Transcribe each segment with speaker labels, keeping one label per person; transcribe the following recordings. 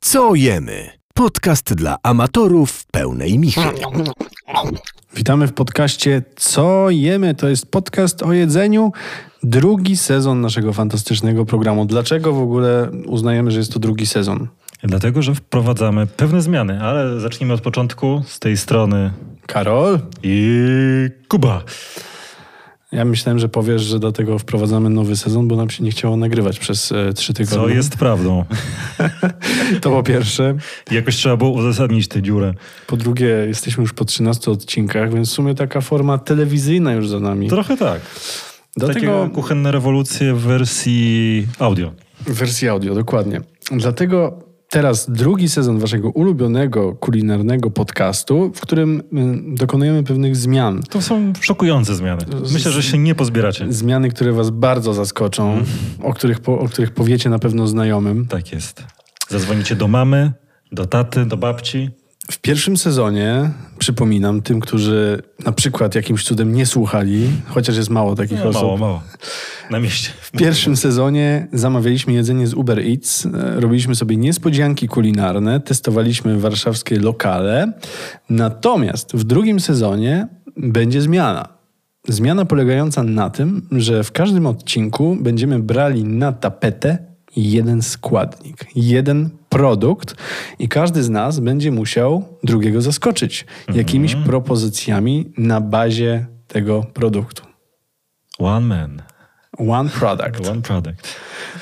Speaker 1: Co jemy? Podcast dla amatorów pełnej michy.
Speaker 2: Witamy w podcaście Co jemy? To jest podcast o jedzeniu. Drugi sezon naszego fantastycznego programu. Dlaczego w ogóle uznajemy, że jest to drugi sezon?
Speaker 3: Dlatego, że wprowadzamy pewne zmiany, ale zacznijmy od początku. Z tej strony
Speaker 2: Karol,
Speaker 3: i Kuba.
Speaker 2: ja myślałem, że powiesz, że dlatego wprowadzamy nowy sezon, bo nam się nie chciało nagrywać przez e, trzy tygodnie.
Speaker 3: Co jest prawdą.
Speaker 2: To po pierwsze.
Speaker 3: Jakoś trzeba było uzasadnić tę dziurę.
Speaker 2: Po drugie, jesteśmy już po 13 odcinkach, więc w sumie taka forma telewizyjna już za nami.
Speaker 3: Trochę tak.
Speaker 2: Dlatego
Speaker 3: Takie kuchenne rewolucje w wersji audio.
Speaker 2: W wersji audio, dokładnie. Dlatego teraz drugi sezon waszego ulubionego kulinarnego podcastu, w którym mm, dokonujemy pewnych zmian.
Speaker 3: To są szokujące zmiany. Myślę, że się nie pozbieracie.
Speaker 2: Zmiany, które was bardzo zaskoczą, o, których po, o których powiecie na pewno znajomym.
Speaker 3: Tak jest. Zadzwonicie do mamy, do taty, do babci.
Speaker 2: W pierwszym sezonie, przypominam tym, którzy na przykład jakimś cudem nie słuchali, chociaż jest mało takich
Speaker 3: No,
Speaker 2: osób.
Speaker 3: mało, mało. Na mieście.
Speaker 2: W pierwszym sezonie zamawialiśmy jedzenie z Uber Eats, e, robiliśmy sobie niespodzianki kulinarne, testowaliśmy warszawskie lokale. Natomiast w drugim sezonie będzie zmiana. Zmiana polegająca na tym, że w każdym odcinku będziemy brali na tapetę jeden składnik, jeden produkt i każdy z nas będzie musiał drugiego zaskoczyć jakimiś propozycjami na bazie tego produktu.
Speaker 3: One man,
Speaker 2: One product.
Speaker 3: one product.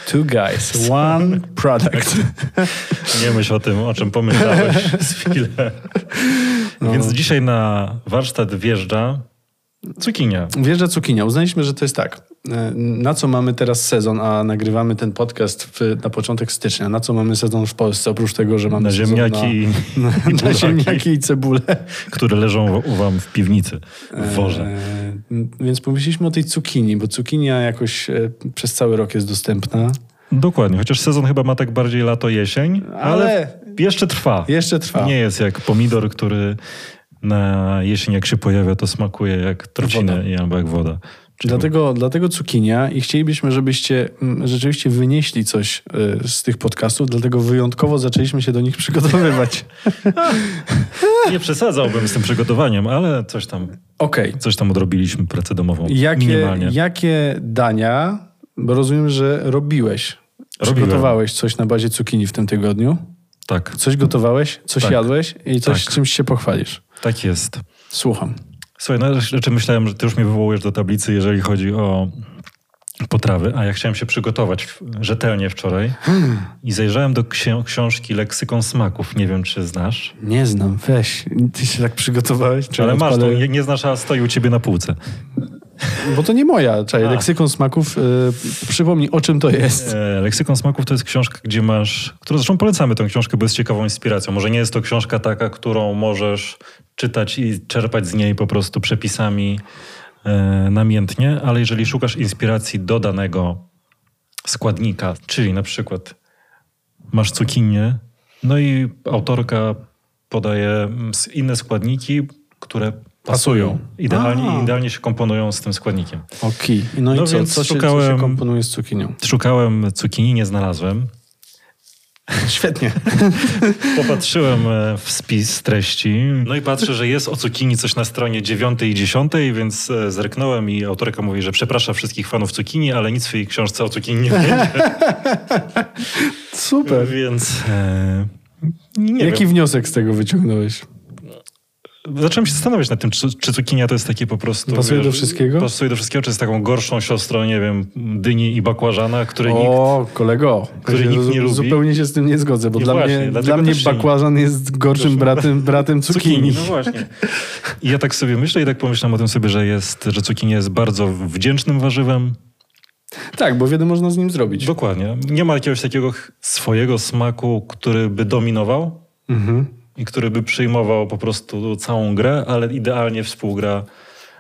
Speaker 2: Two guys, one product.
Speaker 3: Nie myśl o tym, o czym pomyślałeś z chwilę.
Speaker 2: No.
Speaker 3: Więc dzisiaj na warsztat wjeżdża cukinia.
Speaker 2: Wjeżdża cukinia. Uznaliśmy, że to jest tak. E, Na co mamy teraz sezon, a nagrywamy ten podcast w, na początek stycznia? Na co mamy sezon w Polsce? Oprócz tego, że mamy
Speaker 3: Na
Speaker 2: sezon
Speaker 3: ziemniaki
Speaker 2: No, na, na,
Speaker 3: i
Speaker 2: na
Speaker 3: buraki.
Speaker 2: ziemniaki i cebulę.
Speaker 3: które leżą u wam w piwnicy, w worze.
Speaker 2: E, Więc pomyśleliśmy o tej cukinii, bo cukinia jakoś e, przez cały rok jest dostępna.
Speaker 3: Dokładnie, chociaż sezon chyba ma tak bardziej lato-jesień, ale,
Speaker 2: Ale-
Speaker 3: jeszcze trwa.
Speaker 2: Jeszcze trwa.
Speaker 3: Nie jest jak pomidor, który na jesień jak się pojawia, to smakuje jak trocina i albo jak woda. Czyli
Speaker 2: Dlatego, dlatego cukinia i chcielibyśmy, żebyście mm, rzeczywiście wynieśli coś y, z tych podcastów, dlatego wyjątkowo zaczęliśmy się do nich przygotowywać.
Speaker 3: Nie przesadzałbym z tym przygotowaniem, ale coś tam,
Speaker 2: Okej,
Speaker 3: coś tam odrobiliśmy pracę domową.
Speaker 2: jakie,
Speaker 3: minimalnie.
Speaker 2: jakie dania, bo rozumiem, że robiłeś,
Speaker 3: Robiłem.
Speaker 2: przygotowałeś coś na bazie cukinii w tym tygodniu,
Speaker 3: Tak,
Speaker 2: coś gotowałeś, coś
Speaker 3: Tak.
Speaker 2: jadłeś i coś
Speaker 3: Tak.
Speaker 2: czymś się pochwalisz.
Speaker 3: tak jest.
Speaker 2: Słucham.
Speaker 3: Słuchaj, no rzeczy myślałem, że ty już mnie wywołujesz do tablicy, jeżeli chodzi o potrawy, a ja chciałem się przygotować w, rzetelnie wczoraj i zajrzałem do księ- książki Leksykon Smaków. Nie wiem, czy znasz,
Speaker 2: Nie znam, weź, ty się tak przygotowałeś. czy
Speaker 3: ale masz, to,
Speaker 2: odpalę-
Speaker 3: nie, nie znasz, a stoi u ciebie na półce.
Speaker 2: Bo to nie moja, czaj,
Speaker 3: A.
Speaker 2: leksykon smaków, y, przypomnij o czym to jest.
Speaker 3: E, Leksykon Smaków to jest książka, gdzie masz, którą zresztą polecamy tę książkę, bo jest ciekawą inspiracją. Może nie jest to książka taka, którą możesz czytać i czerpać z niej po prostu przepisami e, namiętnie, ale jeżeli szukasz inspiracji do danego składnika, czyli na przykład masz cukinię, no i autorka podaje mm, s- inne składniki, które pasują. Idealnie,
Speaker 2: A.
Speaker 3: idealnie się komponują z tym składnikiem.
Speaker 2: Okej. No i
Speaker 3: No
Speaker 2: co,
Speaker 3: więc
Speaker 2: co, się, co się
Speaker 3: szukałem-
Speaker 2: komponuje z cukinią?
Speaker 3: Szukałem cukinii, nie znalazłem.
Speaker 2: Świetnie.
Speaker 3: Popatrzyłem e, w spis treści, no i patrzę, że jest o cukinii coś na stronie 9 i 10, więc e, zerknąłem i autorka mówi, że przeprasza wszystkich fanów cukinii, ale nic w jej książce o cukinii nie będzie,
Speaker 2: Super.
Speaker 3: więc e, nie
Speaker 2: Jaki
Speaker 3: wiem.
Speaker 2: wniosek z tego wyciągnąłeś?
Speaker 3: Zacząłem się zastanawiać nad tym, czy, czy cukinia to jest takie po prostu...
Speaker 2: Pasuje do wszystkiego?
Speaker 3: Pasuje do wszystkiego, czy jest taką gorszą siostrą, nie wiem, dyni i bakłażana, której nikt...
Speaker 2: O, kolego,
Speaker 3: który
Speaker 2: ja się
Speaker 3: nikt nie
Speaker 2: zu-
Speaker 3: lubi.
Speaker 2: Zupełnie się z tym nie zgodzę, bo
Speaker 3: I
Speaker 2: dla,
Speaker 3: właśnie,
Speaker 2: mnie,
Speaker 3: dlatego
Speaker 2: dla mnie
Speaker 3: też się nie-
Speaker 2: bakłażan jest gorszym bratem, bratem cukinii.
Speaker 3: No właśnie. I ja tak sobie myślę i tak pomyślałem o tym sobie, że jest, że cukinia jest bardzo wdzięcznym warzywem,
Speaker 2: Tak, bo wiele można z nim zrobić.
Speaker 3: Dokładnie. Nie ma jakiegoś takiego ch- swojego smaku, który by dominował
Speaker 2: Mhm.
Speaker 3: i który by przyjmował po prostu całą grę, ale idealnie współgra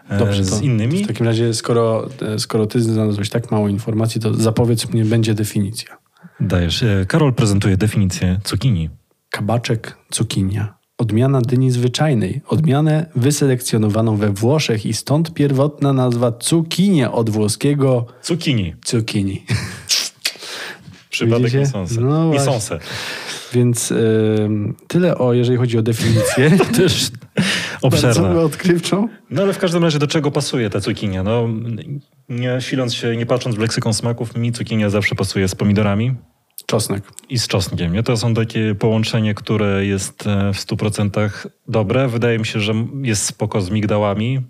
Speaker 3: e,
Speaker 2: Dobrze, to,
Speaker 3: z innymi.
Speaker 2: W takim razie, skoro, e, skoro ty znalazłeś tak mało informacji, to zapowiedz mnie, będzie definicja.
Speaker 3: Dajesz. E, Karol prezentuje definicję cukinii.
Speaker 2: Kabaczek, cukinia. Odmiana dyni zwyczajnej. Odmianę wyselekcjonowaną we Włoszech i stąd pierwotna nazwa cukinie od włoskiego
Speaker 3: Cukinii.
Speaker 2: cukinii.
Speaker 3: Przypadek
Speaker 2: Widzicie?
Speaker 3: Misonse.
Speaker 2: No właśnie.
Speaker 3: Misonse.
Speaker 2: Więc ym, tyle o, jeżeli chodzi o definicję.
Speaker 3: Też
Speaker 2: Bardzo
Speaker 3: obszerna.
Speaker 2: odkrywczą.
Speaker 3: No ale w każdym razie do czego pasuje ta cukinia? No, nie siląc się, nie patrząc w leksykon smaków, mi cukinia zawsze pasuje z pomidorami
Speaker 2: Czosnek.
Speaker 3: i z czosnkiem. Nie? To są takie połączenie, które jest e, w 100% dobre. Wydaje mi się, że jest spoko z migdałami.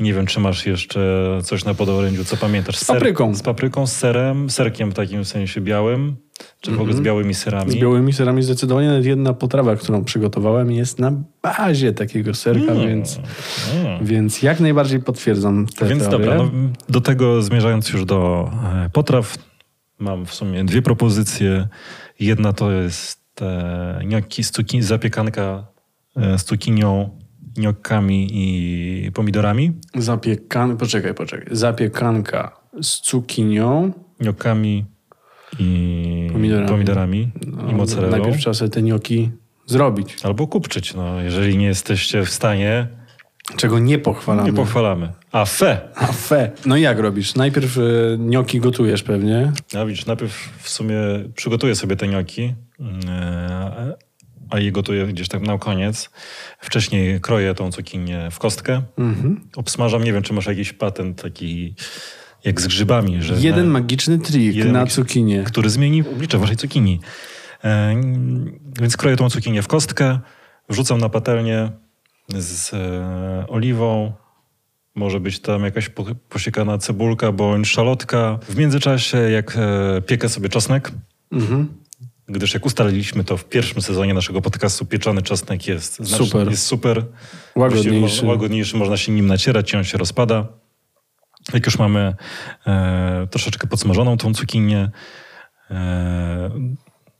Speaker 3: Nie wiem, czy masz jeszcze coś na podorędziu, co pamiętasz? Z
Speaker 2: papryką.
Speaker 3: Z papryką, z serem, serkiem w takim sensie białym, czy w ogóle z białymi serami.
Speaker 2: Mhm. Z białymi serami zdecydowanie nawet jedna potrawa, którą przygotowałem jest na bazie takiego serka,
Speaker 3: Mm.
Speaker 2: więc,
Speaker 3: Mm.
Speaker 2: więc jak najbardziej potwierdzam te
Speaker 3: Więc
Speaker 2: teorie.
Speaker 3: dobra, no, do tego zmierzając już do e, potraw, mam w sumie dwie propozycje. Jedna to jest e, gnocchi z cuki- zapiekanka e, z cukinią, gnokkami i pomidorami.
Speaker 2: Zapiekan... Poczekaj, poczekaj. Zapiekanka z cukinią.
Speaker 3: Gnokkami i
Speaker 2: Pomidorami. No,
Speaker 3: pomidorami, i mozzarellą.
Speaker 2: Najpierw trzeba sobie te nioki zrobić,
Speaker 3: Albo kupczyć, no, jeżeli nie jesteście w stanie,
Speaker 2: czego nie pochwalamy.
Speaker 3: nie pochwalamy. A fe!
Speaker 2: A fe. No i jak robisz? Najpierw y, nioki gotujesz pewnie.
Speaker 3: Ja widzisz, najpierw w sumie przygotuję sobie te gnocchi, e, a je gotuję gdzieś tak na koniec. Wcześniej kroję tą cukinię w kostkę,
Speaker 2: Mhm.
Speaker 3: obsmażam. Nie wiem, czy masz jakiś patent taki jak z grzybami, że
Speaker 2: Jeden
Speaker 3: na-
Speaker 2: magiczny trik
Speaker 3: Jeden
Speaker 2: na
Speaker 3: magiczny-
Speaker 2: cukinię.
Speaker 3: który zmieni oblicze waszej cukinii. E, Więc kroję tą cukinię w kostkę, wrzucam na patelnię z e, oliwą, może być tam jakaś po- posiekana cebulka bądź szalotka. W międzyczasie, jak e, piekę sobie czosnek,
Speaker 2: Mhm.
Speaker 3: gdyż jak ustaliliśmy to w pierwszym sezonie naszego podcastu, pieczony czosnek jest znacznie-
Speaker 2: Super.
Speaker 3: Jest super.
Speaker 2: Łagodniejszy.
Speaker 3: Właściwie mo- łagodniejszy, można się nim nacierać i on się rozpada. Jak już mamy e, troszeczkę podsmażoną tą cukinię, e,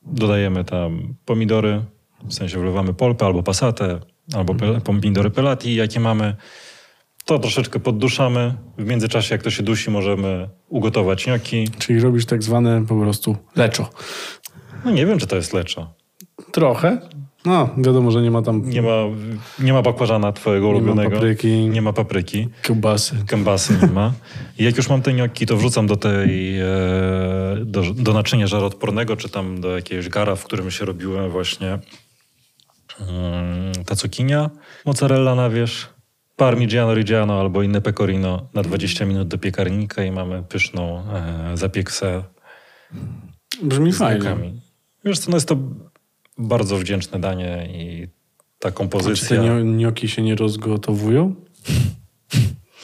Speaker 3: dodajemy tam pomidory, w sensie wlewamy polpę albo pasatę, albo
Speaker 2: Mhm.
Speaker 3: pel, pomidory pelati, jakie mamy. To troszeczkę podduszamy. W międzyczasie, jak to się dusi, możemy ugotować gnocchi.
Speaker 2: Czyli robisz tak zwane po prostu leczo.
Speaker 3: No nie wiem, czy to jest leczo.
Speaker 2: Trochę. No, wiadomo, że nie ma tam
Speaker 3: Nie ma, nie ma bakłażana twojego
Speaker 2: ma
Speaker 3: ulubionego.
Speaker 2: papryki.
Speaker 3: Nie ma papryki.
Speaker 2: kiełbasy.
Speaker 3: Kębasy nie ma. I jak już mam te gnocchi, to wrzucam do tej, e, do, do naczynia żaroodpornego, czy tam do jakiegoś gara, w którym się robiłem właśnie mm, ta cukinia, mozzarella na wierzch, parmigiano reggiano albo inne pecorino na 20 minut do piekarnika i mamy pyszną e, zapieksę
Speaker 2: Brzmi
Speaker 3: z
Speaker 2: fajnie.
Speaker 3: gnocchami. Wiesz co, no jest to bardzo wdzięczne danie i ta
Speaker 2: Czy te
Speaker 3: kompozycja.
Speaker 2: nio- nioki się nie rozgotowują?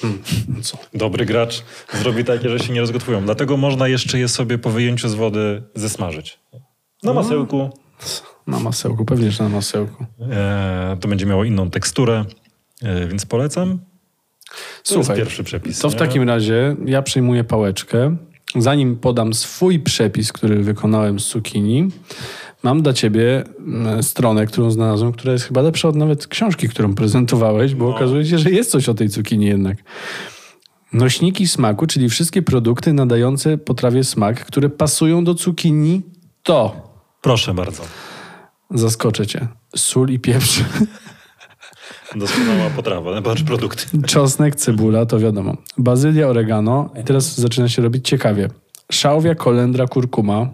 Speaker 2: Hmm. no Co?
Speaker 3: dobry gracz zrobi takie, że się nie rozgotowują. Dlatego można jeszcze je sobie po wyjęciu z wody zesmażyć. Na
Speaker 2: Mhm.
Speaker 3: masełku
Speaker 2: Na masełku, pewnie, że na masełku.
Speaker 3: e, to będzie miało inną teksturę, e, więc polecam. To jest
Speaker 2: Słuchaj,
Speaker 3: pierwszy przepis.
Speaker 2: To w
Speaker 3: nie?
Speaker 2: takim razie ja przyjmuję pałeczkę. Zanim podam swój przepis, który wykonałem z cukinii, mam dla ciebie mm, stronę, którą znalazłem, która jest chyba lepsza od nawet książki, którą prezentowałeś, bo okazuje się, że jest coś o tej cukinii jednak. Nośniki smaku, czyli wszystkie produkty nadające potrawie smak, które pasują do cukinii, to
Speaker 3: Proszę bardzo.
Speaker 2: zaskoczę cię. Sól i pieprz,
Speaker 3: Doskonała potrawa. Patrz produkty.
Speaker 2: czosnek, cebula, to wiadomo. Bazylia, oregano. I teraz zaczyna się robić ciekawie. Szałwia, kolendra, kurkuma.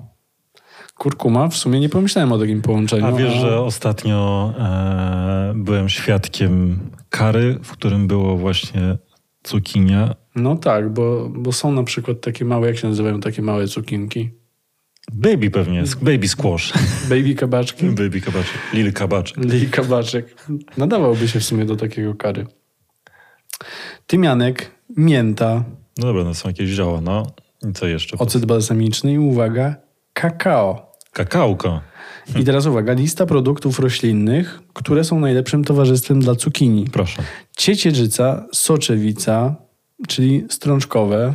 Speaker 2: Kurkuma, w sumie nie pomyślałem o takim połączeniu.
Speaker 3: A wiesz, że ostatnio e, byłem świadkiem kary, w którym było właśnie cukinia.
Speaker 2: No tak, bo, bo są na przykład takie małe, jak się nazywają takie małe cukinki?
Speaker 3: Baby pewnie, baby squash.
Speaker 2: Baby kabaczki?
Speaker 3: baby kabaczek, lil kabaczek.
Speaker 2: Lili kabaczek. Nadawałby się w sumie do takiego kary. Tymianek, mięta,
Speaker 3: No dobra, no są jakieś zioła, no. I co jeszcze?
Speaker 2: ocet balsamiczny i uwaga, kakao.
Speaker 3: Kakałko.
Speaker 2: I teraz uwaga, lista produktów roślinnych, które są najlepszym towarzystwem dla cukinii.
Speaker 3: Proszę.
Speaker 2: Ciecierzyca, soczewica, czyli strączkowe.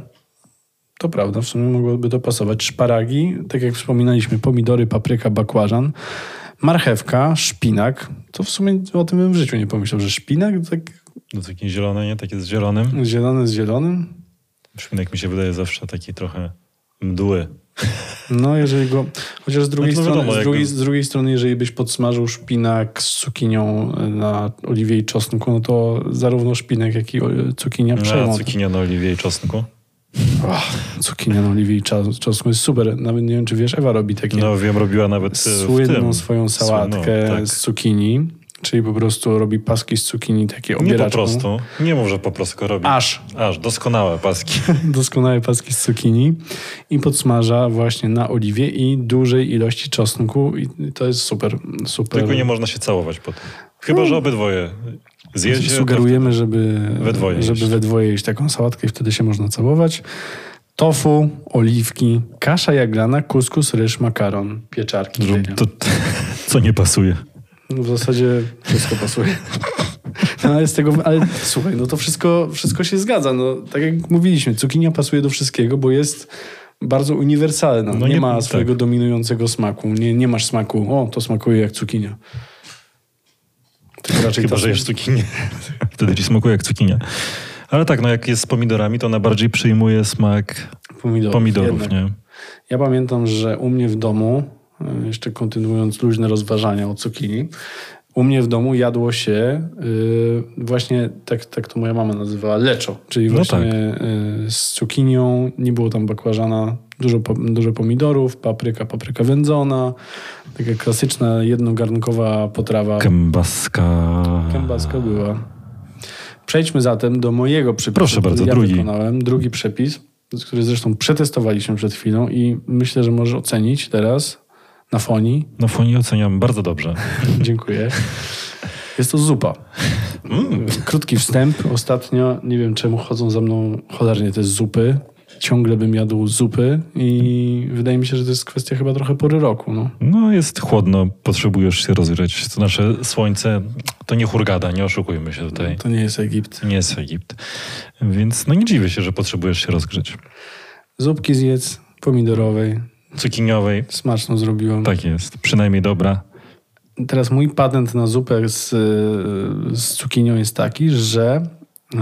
Speaker 2: To prawda, w sumie mogłoby to pasować. Szparagi, tak jak wspominaliśmy, pomidory, papryka, bakłażan. Marchewka, szpinak. To w sumie o tym bym w życiu nie pomyślał, że szpinak tak
Speaker 3: No to takie zielone, nie? Takie z zielonym.
Speaker 2: zielony z zielonym.
Speaker 3: Przypominek mi się wydaje zawsze taki trochę mdły.
Speaker 2: No, jeżeli go. Chociaż z drugiej,
Speaker 3: No to
Speaker 2: strony,
Speaker 3: wiadomo,
Speaker 2: z,
Speaker 3: jak-
Speaker 2: drugiej, z drugiej strony, jeżeli byś podsmażył szpinak z cukinią na oliwie i czosnku, no to zarówno szpinak, jak i o- cukinia
Speaker 3: A
Speaker 2: przejmą.
Speaker 3: cukinia na oliwie i czosnku.
Speaker 2: Oh, cukinia na oliwie i czos- czosnku jest super. Nawet nie wiem, czy wiesz, Ewa robi takie
Speaker 3: No wiem, robiła nawet e, w
Speaker 2: słynną
Speaker 3: tym.
Speaker 2: swoją sałatkę
Speaker 3: Słynną, tak.
Speaker 2: z cukinii, czyli po prostu robi paski z cukinii takie
Speaker 3: Nie
Speaker 2: obieraczką.
Speaker 3: po prostu. Nie mów, że po prostu go robi.
Speaker 2: Aż.
Speaker 3: Aż, doskonałe paski.
Speaker 2: Doskonałe paski z cukinii i podsmaża właśnie na oliwie i dużej ilości czosnku i to jest super, super.
Speaker 3: Tylko nie można się całować potem. Chyba,
Speaker 2: Hmm.
Speaker 3: że obydwoje zje się.
Speaker 2: Sugerujemy, żeby
Speaker 3: we dwoje
Speaker 2: żeby
Speaker 3: jeść.
Speaker 2: we dwoje jeść taką sałatkę i wtedy się można całować. Tofu, oliwki, kasza jaglana, kuskus, ryż, makaron, pieczarki. dynia.
Speaker 3: To, co nie pasuje.
Speaker 2: No W zasadzie wszystko pasuje. No, ale, z tego, ale słuchaj, no to wszystko, wszystko się zgadza. No, tak jak mówiliśmy, cukinia pasuje do wszystkiego, bo jest bardzo uniwersalna.
Speaker 3: No
Speaker 2: nie,
Speaker 3: nie-
Speaker 2: ma swojego
Speaker 3: tak.
Speaker 2: dominującego smaku. Nie, nie masz smaku, o, to smakuje jak cukinia. Tylko raczej
Speaker 3: Chyba,
Speaker 2: to-
Speaker 3: że jesz cukinię. Wtedy ci smakuje jak cukinia. Ale tak, no jak jest z pomidorami, to ona bardziej przyjmuje smak
Speaker 2: pomidorów.
Speaker 3: pomidorów,
Speaker 2: jednak.
Speaker 3: nie?
Speaker 2: Ja pamiętam, że u mnie w domu, y, jeszcze kontynuując luźne rozważania o cukinii, u mnie w domu jadło się y, właśnie, tak, tak to moja mama nazywała, leczo, czyli
Speaker 3: No
Speaker 2: właśnie y, z cukinią, nie było tam bakłażana, dużo, po- dużo pomidorów, papryka, papryka wędzona, taka klasyczna jednogarnkowa potrawa.
Speaker 3: Kębaska.
Speaker 2: Kębaska była. Przejdźmy zatem do mojego przepisu.
Speaker 3: Proszę
Speaker 2: który
Speaker 3: bardzo,
Speaker 2: ja
Speaker 3: drugi.
Speaker 2: Wykonałem. Drugi przepis, który zresztą przetestowaliśmy przed chwilą i myślę, że możesz ocenić teraz na fonii.
Speaker 3: No fonii oceniam bardzo dobrze.
Speaker 2: Dziękuję. Jest to zupa.
Speaker 3: Mm.
Speaker 2: Krótki wstęp. Ostatnio nie wiem, czemu chodzą za mną cholernie te zupy. Ciągle bym jadł zupy i wydaje mi się, że to jest kwestia chyba trochę pory roku. No.
Speaker 3: No jest chłodno, potrzebujesz się rozgrzać. To nasze słońce to nie hurgada, nie oszukujmy się tutaj.
Speaker 2: To nie jest Egipt.
Speaker 3: To nie jest Egipt. Więc no nie dziwię się, że potrzebujesz się rozgrzać.
Speaker 2: Zupki zjedz pomidorowej.
Speaker 3: Cukiniowej,
Speaker 2: Smaczną zrobiłam.
Speaker 3: tak jest, przynajmniej dobra.
Speaker 2: Teraz mój patent na zupę z, y, z cukinią jest taki, że y,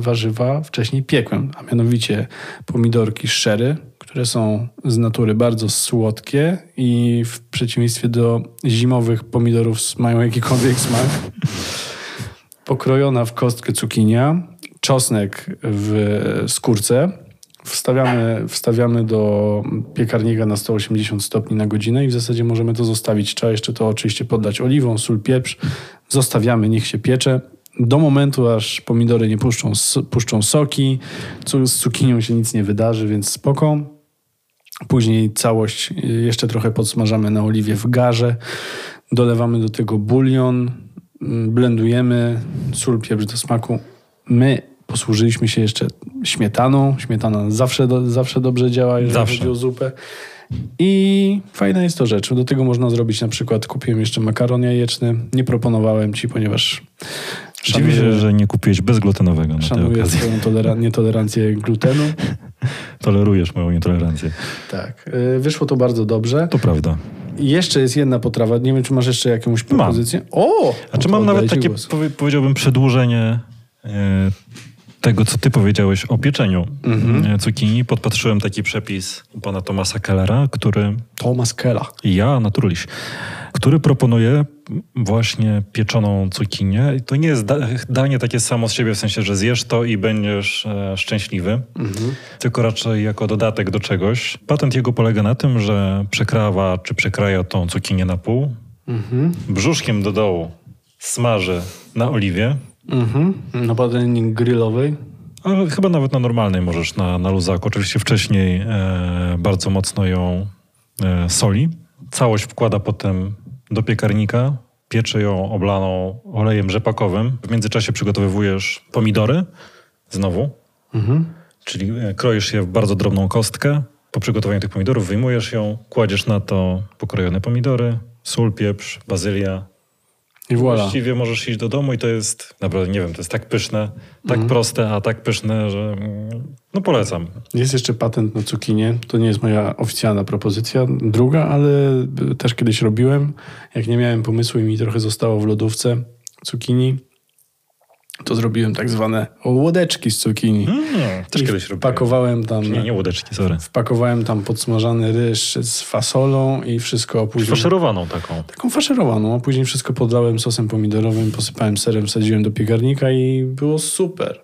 Speaker 2: warzywa wcześniej piekłem, a mianowicie pomidorki szczery, które są z natury bardzo słodkie i w przeciwieństwie do zimowych pomidorów s- mają jakikolwiek smak. Pokrojona w kostkę cukinia, czosnek w e, skórce. Wstawiamy, wstawiamy do piekarnika na 180 stopni na godzinę i w zasadzie możemy to zostawić. Trzeba jeszcze to oczywiście poddać oliwą, sól, pieprz. Zostawiamy, niech się piecze. Do momentu, aż pomidory nie puszczą, s- puszczą soki. Cu- Z cukinią się nic nie wydarzy, więc spoko. Później całość y, jeszcze trochę podsmażamy na oliwie w garze. Dolewamy do tego bulion, mm, blendujemy, sól, pieprz do smaku. My posłużyliśmy się jeszcze śmietaną. Śmietana zawsze, do, zawsze dobrze działa, jeżeli
Speaker 3: Zawsze.
Speaker 2: chodzi o zupę. I fajna jest to rzecz. Do tego można zrobić na przykład, kupiłem jeszcze makaron jajeczny. Nie proponowałem ci, ponieważ
Speaker 3: Dziwię się, że nie kupiłeś bezglutenowego na tę
Speaker 2: szanuję
Speaker 3: okazję.
Speaker 2: swoją tolera- nietolerancję glutenu.
Speaker 3: Tolerujesz moją nietolerancję.
Speaker 2: Tak, y, wyszło to bardzo dobrze.
Speaker 3: To prawda.
Speaker 2: I Jeszcze jest jedna potrawa. Nie wiem, czy masz jeszcze jakąś propozycję? O!
Speaker 3: A czy
Speaker 2: No
Speaker 3: mam
Speaker 2: to
Speaker 3: nawet
Speaker 2: oddaję ci
Speaker 3: takie,
Speaker 2: głos.
Speaker 3: powie, powiedziałbym, przedłużenie e, tego, co ty powiedziałeś o pieczeniu
Speaker 2: Mhm.
Speaker 3: e, cukinii. Podpatrzyłem taki przepis u pana Tomasa Kellera, który
Speaker 2: Thomas Kela.
Speaker 3: ja, Naturliś, który proponuje właśnie pieczoną cukinię. I to nie jest da danie takie samo z siebie, w sensie, że zjesz to i będziesz e, szczęśliwy,
Speaker 2: Mhm.
Speaker 3: tylko raczej jako dodatek do czegoś. Patent jego polega na tym, że przekrawa czy przekraja tą cukinię na pół,
Speaker 2: Mhm,
Speaker 3: brzuszkiem do dołu smaży na oliwie,
Speaker 2: Mhm. Na patelni grillowej.
Speaker 3: ale chyba nawet na normalnej możesz, na, na luzaku. Oczywiście wcześniej e, bardzo mocno ją e, soli. Całość wkłada potem do piekarnika, piecze ją oblaną olejem rzepakowym. W międzyczasie przygotowywujesz pomidory, znowu,
Speaker 2: Mhm.
Speaker 3: czyli e, kroisz je w bardzo drobną kostkę. Po przygotowaniu tych pomidorów wyjmujesz ją, kładziesz na to pokrojone pomidory, sól, pieprz, bazylia,
Speaker 2: I voilà.
Speaker 3: Właściwie możesz iść do domu i to jest, naprawdę nie wiem, to jest tak pyszne, tak proste, a tak pyszne, że mm, no polecam.
Speaker 2: Jest jeszcze patent na cukinię. To nie jest moja oficjalna propozycja. Druga, ale y, też kiedyś robiłem. Jak nie miałem pomysłu i mi trochę zostało w lodówce cukinii, to zrobiłem tak zwane łodeczki z cukinii.
Speaker 3: Mm, też
Speaker 2: I
Speaker 3: kiedyś robiłem.
Speaker 2: Pakowałem tam...
Speaker 3: Nie, nie łódeczki, sorry.
Speaker 2: Wpakowałem tam podsmażany ryż z fasolą i wszystko później...
Speaker 3: Faszerowaną taką.
Speaker 2: Taką faszerowaną, a później wszystko podlałem sosem pomidorowym, posypałem serem, wsadziłem do piekarnika i było super.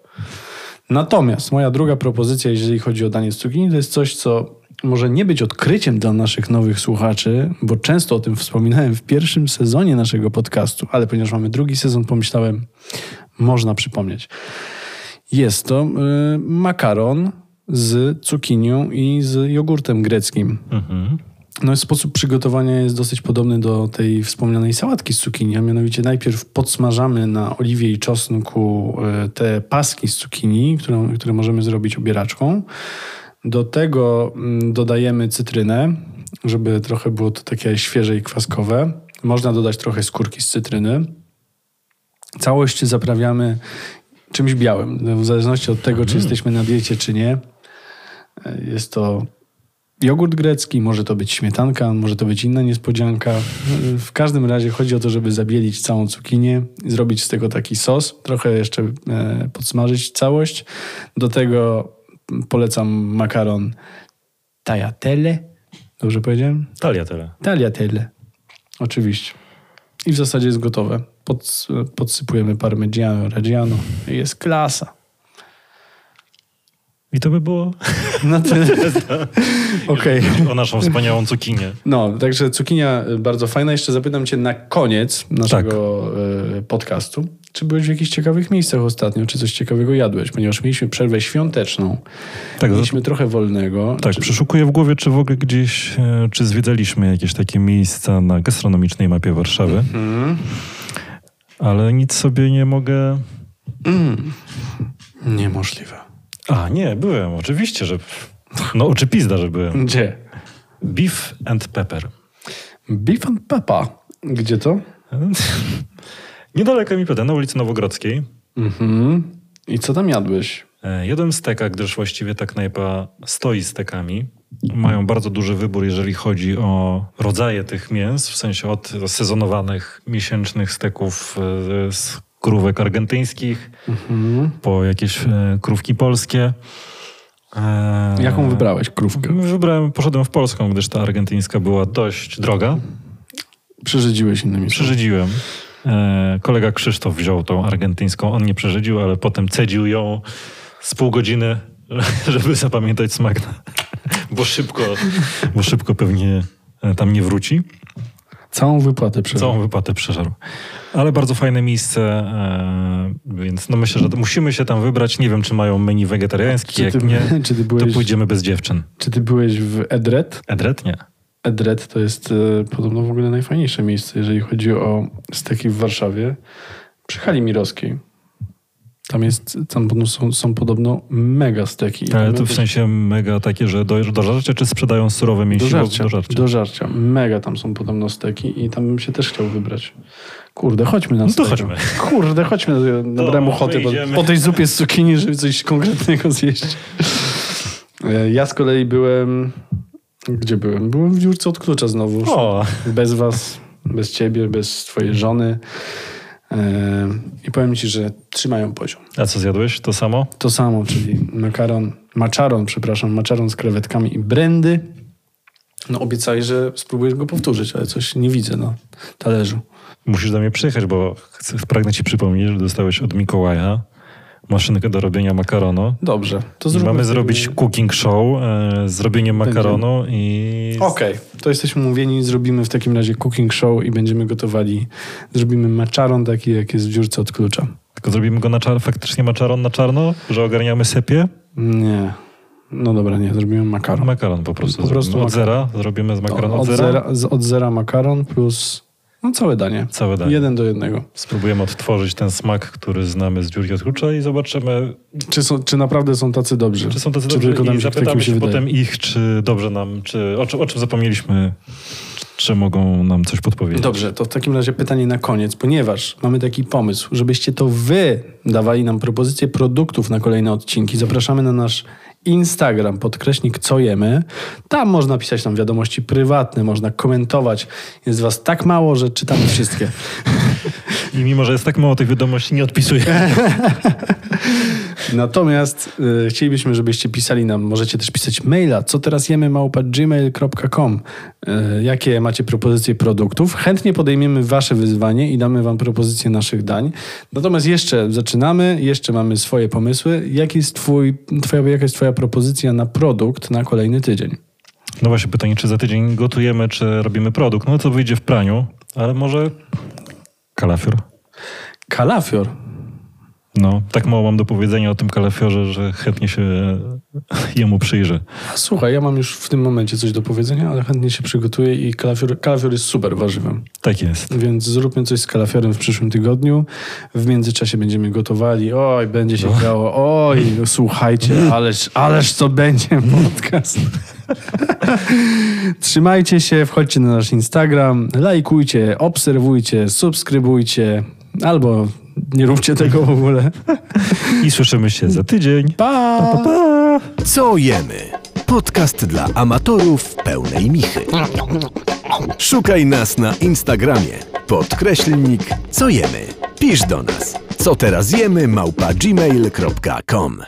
Speaker 2: Natomiast moja druga propozycja, jeżeli chodzi o danie z cukinii, to jest coś, co może nie być odkryciem dla naszych nowych słuchaczy, bo często o tym wspominałem w pierwszym sezonie naszego podcastu, ale ponieważ mamy drugi sezon, pomyślałem, można przypomnieć. Jest to y, makaron z cukinią i z jogurtem greckim.
Speaker 3: Mhm.
Speaker 2: No, sposób przygotowania jest dosyć podobny do tej wspomnianej sałatki z cukinii, a mianowicie najpierw podsmażamy na oliwie i czosnku y, te paski z cukinii, które, które możemy zrobić obieraczką. Do tego mm, dodajemy cytrynę, żeby trochę było to takie świeże i kwaskowe. Można dodać trochę skórki z cytryny. Całość zaprawiamy czymś białym, No, w zależności od tego, czy jesteśmy na diecie, czy nie. Y, Jest to jogurt grecki, może to być śmietanka, może to być inna niespodzianka. W każdym razie chodzi o to, żeby zabielić całą cukinię, zrobić z tego taki sos, trochę jeszcze e, podsmażyć całość. Do tego polecam makaron tagliatelle. Dobrze powiedziałem?
Speaker 3: Talia tyle.
Speaker 2: Tagliatelle. Oczywiście. I w zasadzie jest gotowe. Pods, podsypujemy parmigiano, reggiano. Jest klasa.
Speaker 3: I to by było
Speaker 2: Na tyle. No Okej.
Speaker 3: o naszą wspaniałą cukinię.
Speaker 2: No, także cukinia y, bardzo fajna. Jeszcze zapytam cię na koniec naszego
Speaker 3: Tak.
Speaker 2: y, podcastu, czy byłeś w jakichś ciekawych miejscach ostatnio, czy coś ciekawego jadłeś, ponieważ mieliśmy przerwę świąteczną,
Speaker 3: Tak,
Speaker 2: mieliśmy trochę wolnego.
Speaker 3: tak
Speaker 2: Czy-
Speaker 3: przeszukuję w głowie, czy w ogóle gdzieś, e, czy zwiedzaliśmy jakieś takie miejsca na gastronomicznej mapie Warszawy,
Speaker 2: Mm.
Speaker 3: ale nic sobie nie mogę...
Speaker 2: Mm. Niemożliwe.
Speaker 3: A, nie, byłem, oczywiście, że... No, oczy pizda, że byłem.
Speaker 2: Gdzie?
Speaker 3: Beef and pepper.
Speaker 2: Beef and Papa. Gdzie to?
Speaker 3: Niedaleko mi pyta, na ulicy Nowogrodzkiej.
Speaker 2: Mhm. I co tam jadłeś?
Speaker 3: E, Jadłem steka, gdyż właściwie ta knajpa stoi stekami. Mają bardzo duży wybór, jeżeli chodzi o rodzaje tych mięs, w sensie od sezonowanych miesięcznych steków e, z krówek argentyńskich
Speaker 2: Mhm.
Speaker 3: po jakieś e, krówki polskie. E,
Speaker 2: Jaką wybrałeś krówkę?
Speaker 3: Wybrałem, poszedłem w polską, gdyż ta argentyńska była dość droga.
Speaker 2: Przyrzedziłeś innymi słowy.
Speaker 3: Przyrzedziłem. E, Kolega Krzysztof wziął tą argentyńską. On nie przerzedził, ale potem cedził ją z pół godziny, żeby zapamiętać smak. Bo szybko, bo szybko pewnie e, tam nie wróci.
Speaker 2: Całą wypłatę przeżył.
Speaker 3: Całą wypłatę przeżarł. Ale bardzo fajne miejsce, e, więc no myślę, że to musimy się tam wybrać. Nie wiem, czy mają menu wegetariańskie.
Speaker 2: Czy
Speaker 3: Jak
Speaker 2: ty,
Speaker 3: nie,
Speaker 2: czy, ty
Speaker 3: to
Speaker 2: byłeś,
Speaker 3: pójdziemy bez dziewczyn.
Speaker 2: czy ty byłeś w Edret?
Speaker 3: Edret? Nie.
Speaker 2: Edred to jest e, podobno w ogóle najfajniejsze miejsce, jeżeli chodzi o steki w Warszawie. Przy hali Mirowskiej. Tam jest, tam podobno są, są podobno mega steki.
Speaker 3: Ale
Speaker 2: One
Speaker 3: to w
Speaker 2: też-
Speaker 3: sensie mega takie, że do, do żarcia, czy sprzedają surowe mięśnie?
Speaker 2: do
Speaker 3: Bo-
Speaker 2: żarcia, do żarcia. Mega tam są podobno steki i tam bym się też chciał wybrać. Kurde, chodźmy na
Speaker 3: No to
Speaker 2: steka.
Speaker 3: chodźmy.
Speaker 2: Kurde, chodźmy. Nabrałem
Speaker 3: To
Speaker 2: ochoty po,
Speaker 3: wyjdziemy.
Speaker 2: po tej zupie z cukinii, żeby coś konkretnego zjeść. E, Ja z kolei byłem... Gdzie byłem? Byłem w dziurce od klucza znowu.
Speaker 3: O,
Speaker 2: bez was, bez ciebie, bez twojej żony. E, I powiem ci, że trzymają poziom.
Speaker 3: a co zjadłeś? To samo?
Speaker 2: To samo, czyli makaron, maczaron, przepraszam, maczaron z krewetkami i brandy. No obiecaj, że spróbujesz go powtórzyć, ale coś nie widzę na talerzu.
Speaker 3: Musisz do mnie przyjechać, bo chcę, pragnę ci przypomnieć, że dostałeś od Mikołaja maszynkę do robienia makaronu.
Speaker 2: Dobrze, to
Speaker 3: I
Speaker 2: zróbmy Tak
Speaker 3: mamy
Speaker 2: sobie-
Speaker 3: zrobić cooking show e, z robieniem makaronu i...
Speaker 2: Okej, to jesteśmy mówieni, zrobimy w takim razie cooking show i będziemy gotowali. Zrobimy maczaron taki, jak jest w dziurce od klucza.
Speaker 3: Tylko zrobimy go na czar... faktycznie maczaron na czarno, że ogarniamy sepie.
Speaker 2: Nie, no dobra, nie, zrobimy makaron.
Speaker 3: Makaron po prostu,
Speaker 2: Po prostu
Speaker 3: zrobimy. od zera. Zrobimy z makaronu od, zera.
Speaker 2: z, od zera makaron plus no, całe danie.
Speaker 3: Całe danie.
Speaker 2: Jeden do jednego.
Speaker 3: Spróbujemy odtworzyć ten smak, który znamy z dziurki od klucza i zobaczymy,
Speaker 2: Czy, są, czy naprawdę są tacy dobrzy?
Speaker 3: czy są tacy dobrzy
Speaker 2: tylko nam
Speaker 3: i
Speaker 2: się, tak
Speaker 3: zapytamy
Speaker 2: mi
Speaker 3: się,
Speaker 2: się wydaje.
Speaker 3: potem ich, czy dobrze nam, czy o, czym- o czym zapomnieliśmy, czy, czy mogą nam coś podpowiedzieć.
Speaker 2: Dobrze, to w takim razie pytanie na koniec, ponieważ mamy taki pomysł, żebyście to wy dawali nam propozycje produktów na kolejne odcinki. Zapraszamy na nasz Instagram, podkreśnik co jemy. Tam można pisać nam wiadomości prywatne, można komentować. Jest was tak mało, że czytamy wszystkie.
Speaker 3: I mimo, że jest tak mało tych wiadomości, nie odpisuję.
Speaker 2: Natomiast y, chcielibyśmy, żebyście pisali nam, możecie też pisać maila, co teraz jemy małpa gmail.com. Y, jakie macie propozycje produktów? Chętnie podejmiemy wasze wyzwanie i damy wam propozycje naszych dań. Natomiast jeszcze zaczynamy, jeszcze mamy swoje pomysły. Jaki jest twój, twoja, jaka jest twoja propozycja na produkt na kolejny tydzień?
Speaker 3: No właśnie pytanie, czy za tydzień gotujemy, czy robimy produkt. No to wyjdzie w praniu, ale może kalafior.
Speaker 2: Kalafior.
Speaker 3: No, tak mało mam do powiedzenia o tym kalafiorze, że chętnie się jemu przyjrzę.
Speaker 2: Słuchaj, ja mam już w tym momencie coś do powiedzenia, ale chętnie się przygotuję i kalafior, kalafior jest super warzywem.
Speaker 3: Tak jest.
Speaker 2: Więc zróbmy coś z kalafiorem w przyszłym tygodniu. W międzyczasie będziemy gotowali. Oj, będzie się działo. Oj, słuchajcie, ależ, ależ to będzie podcast. Trzymajcie się, wchodźcie na nasz Instagram, lajkujcie, obserwujcie, subskrybujcie albo nie róbcie tego w ogóle.
Speaker 3: I słyszymy się za tydzień.
Speaker 2: Pa!
Speaker 1: Co jemy? Podcast dla amatorów pełnej michy. Szukaj nas na Instagramie. Podkreślnik co jemy. Pisz do nas. Co teraz jemy małpa gmail.com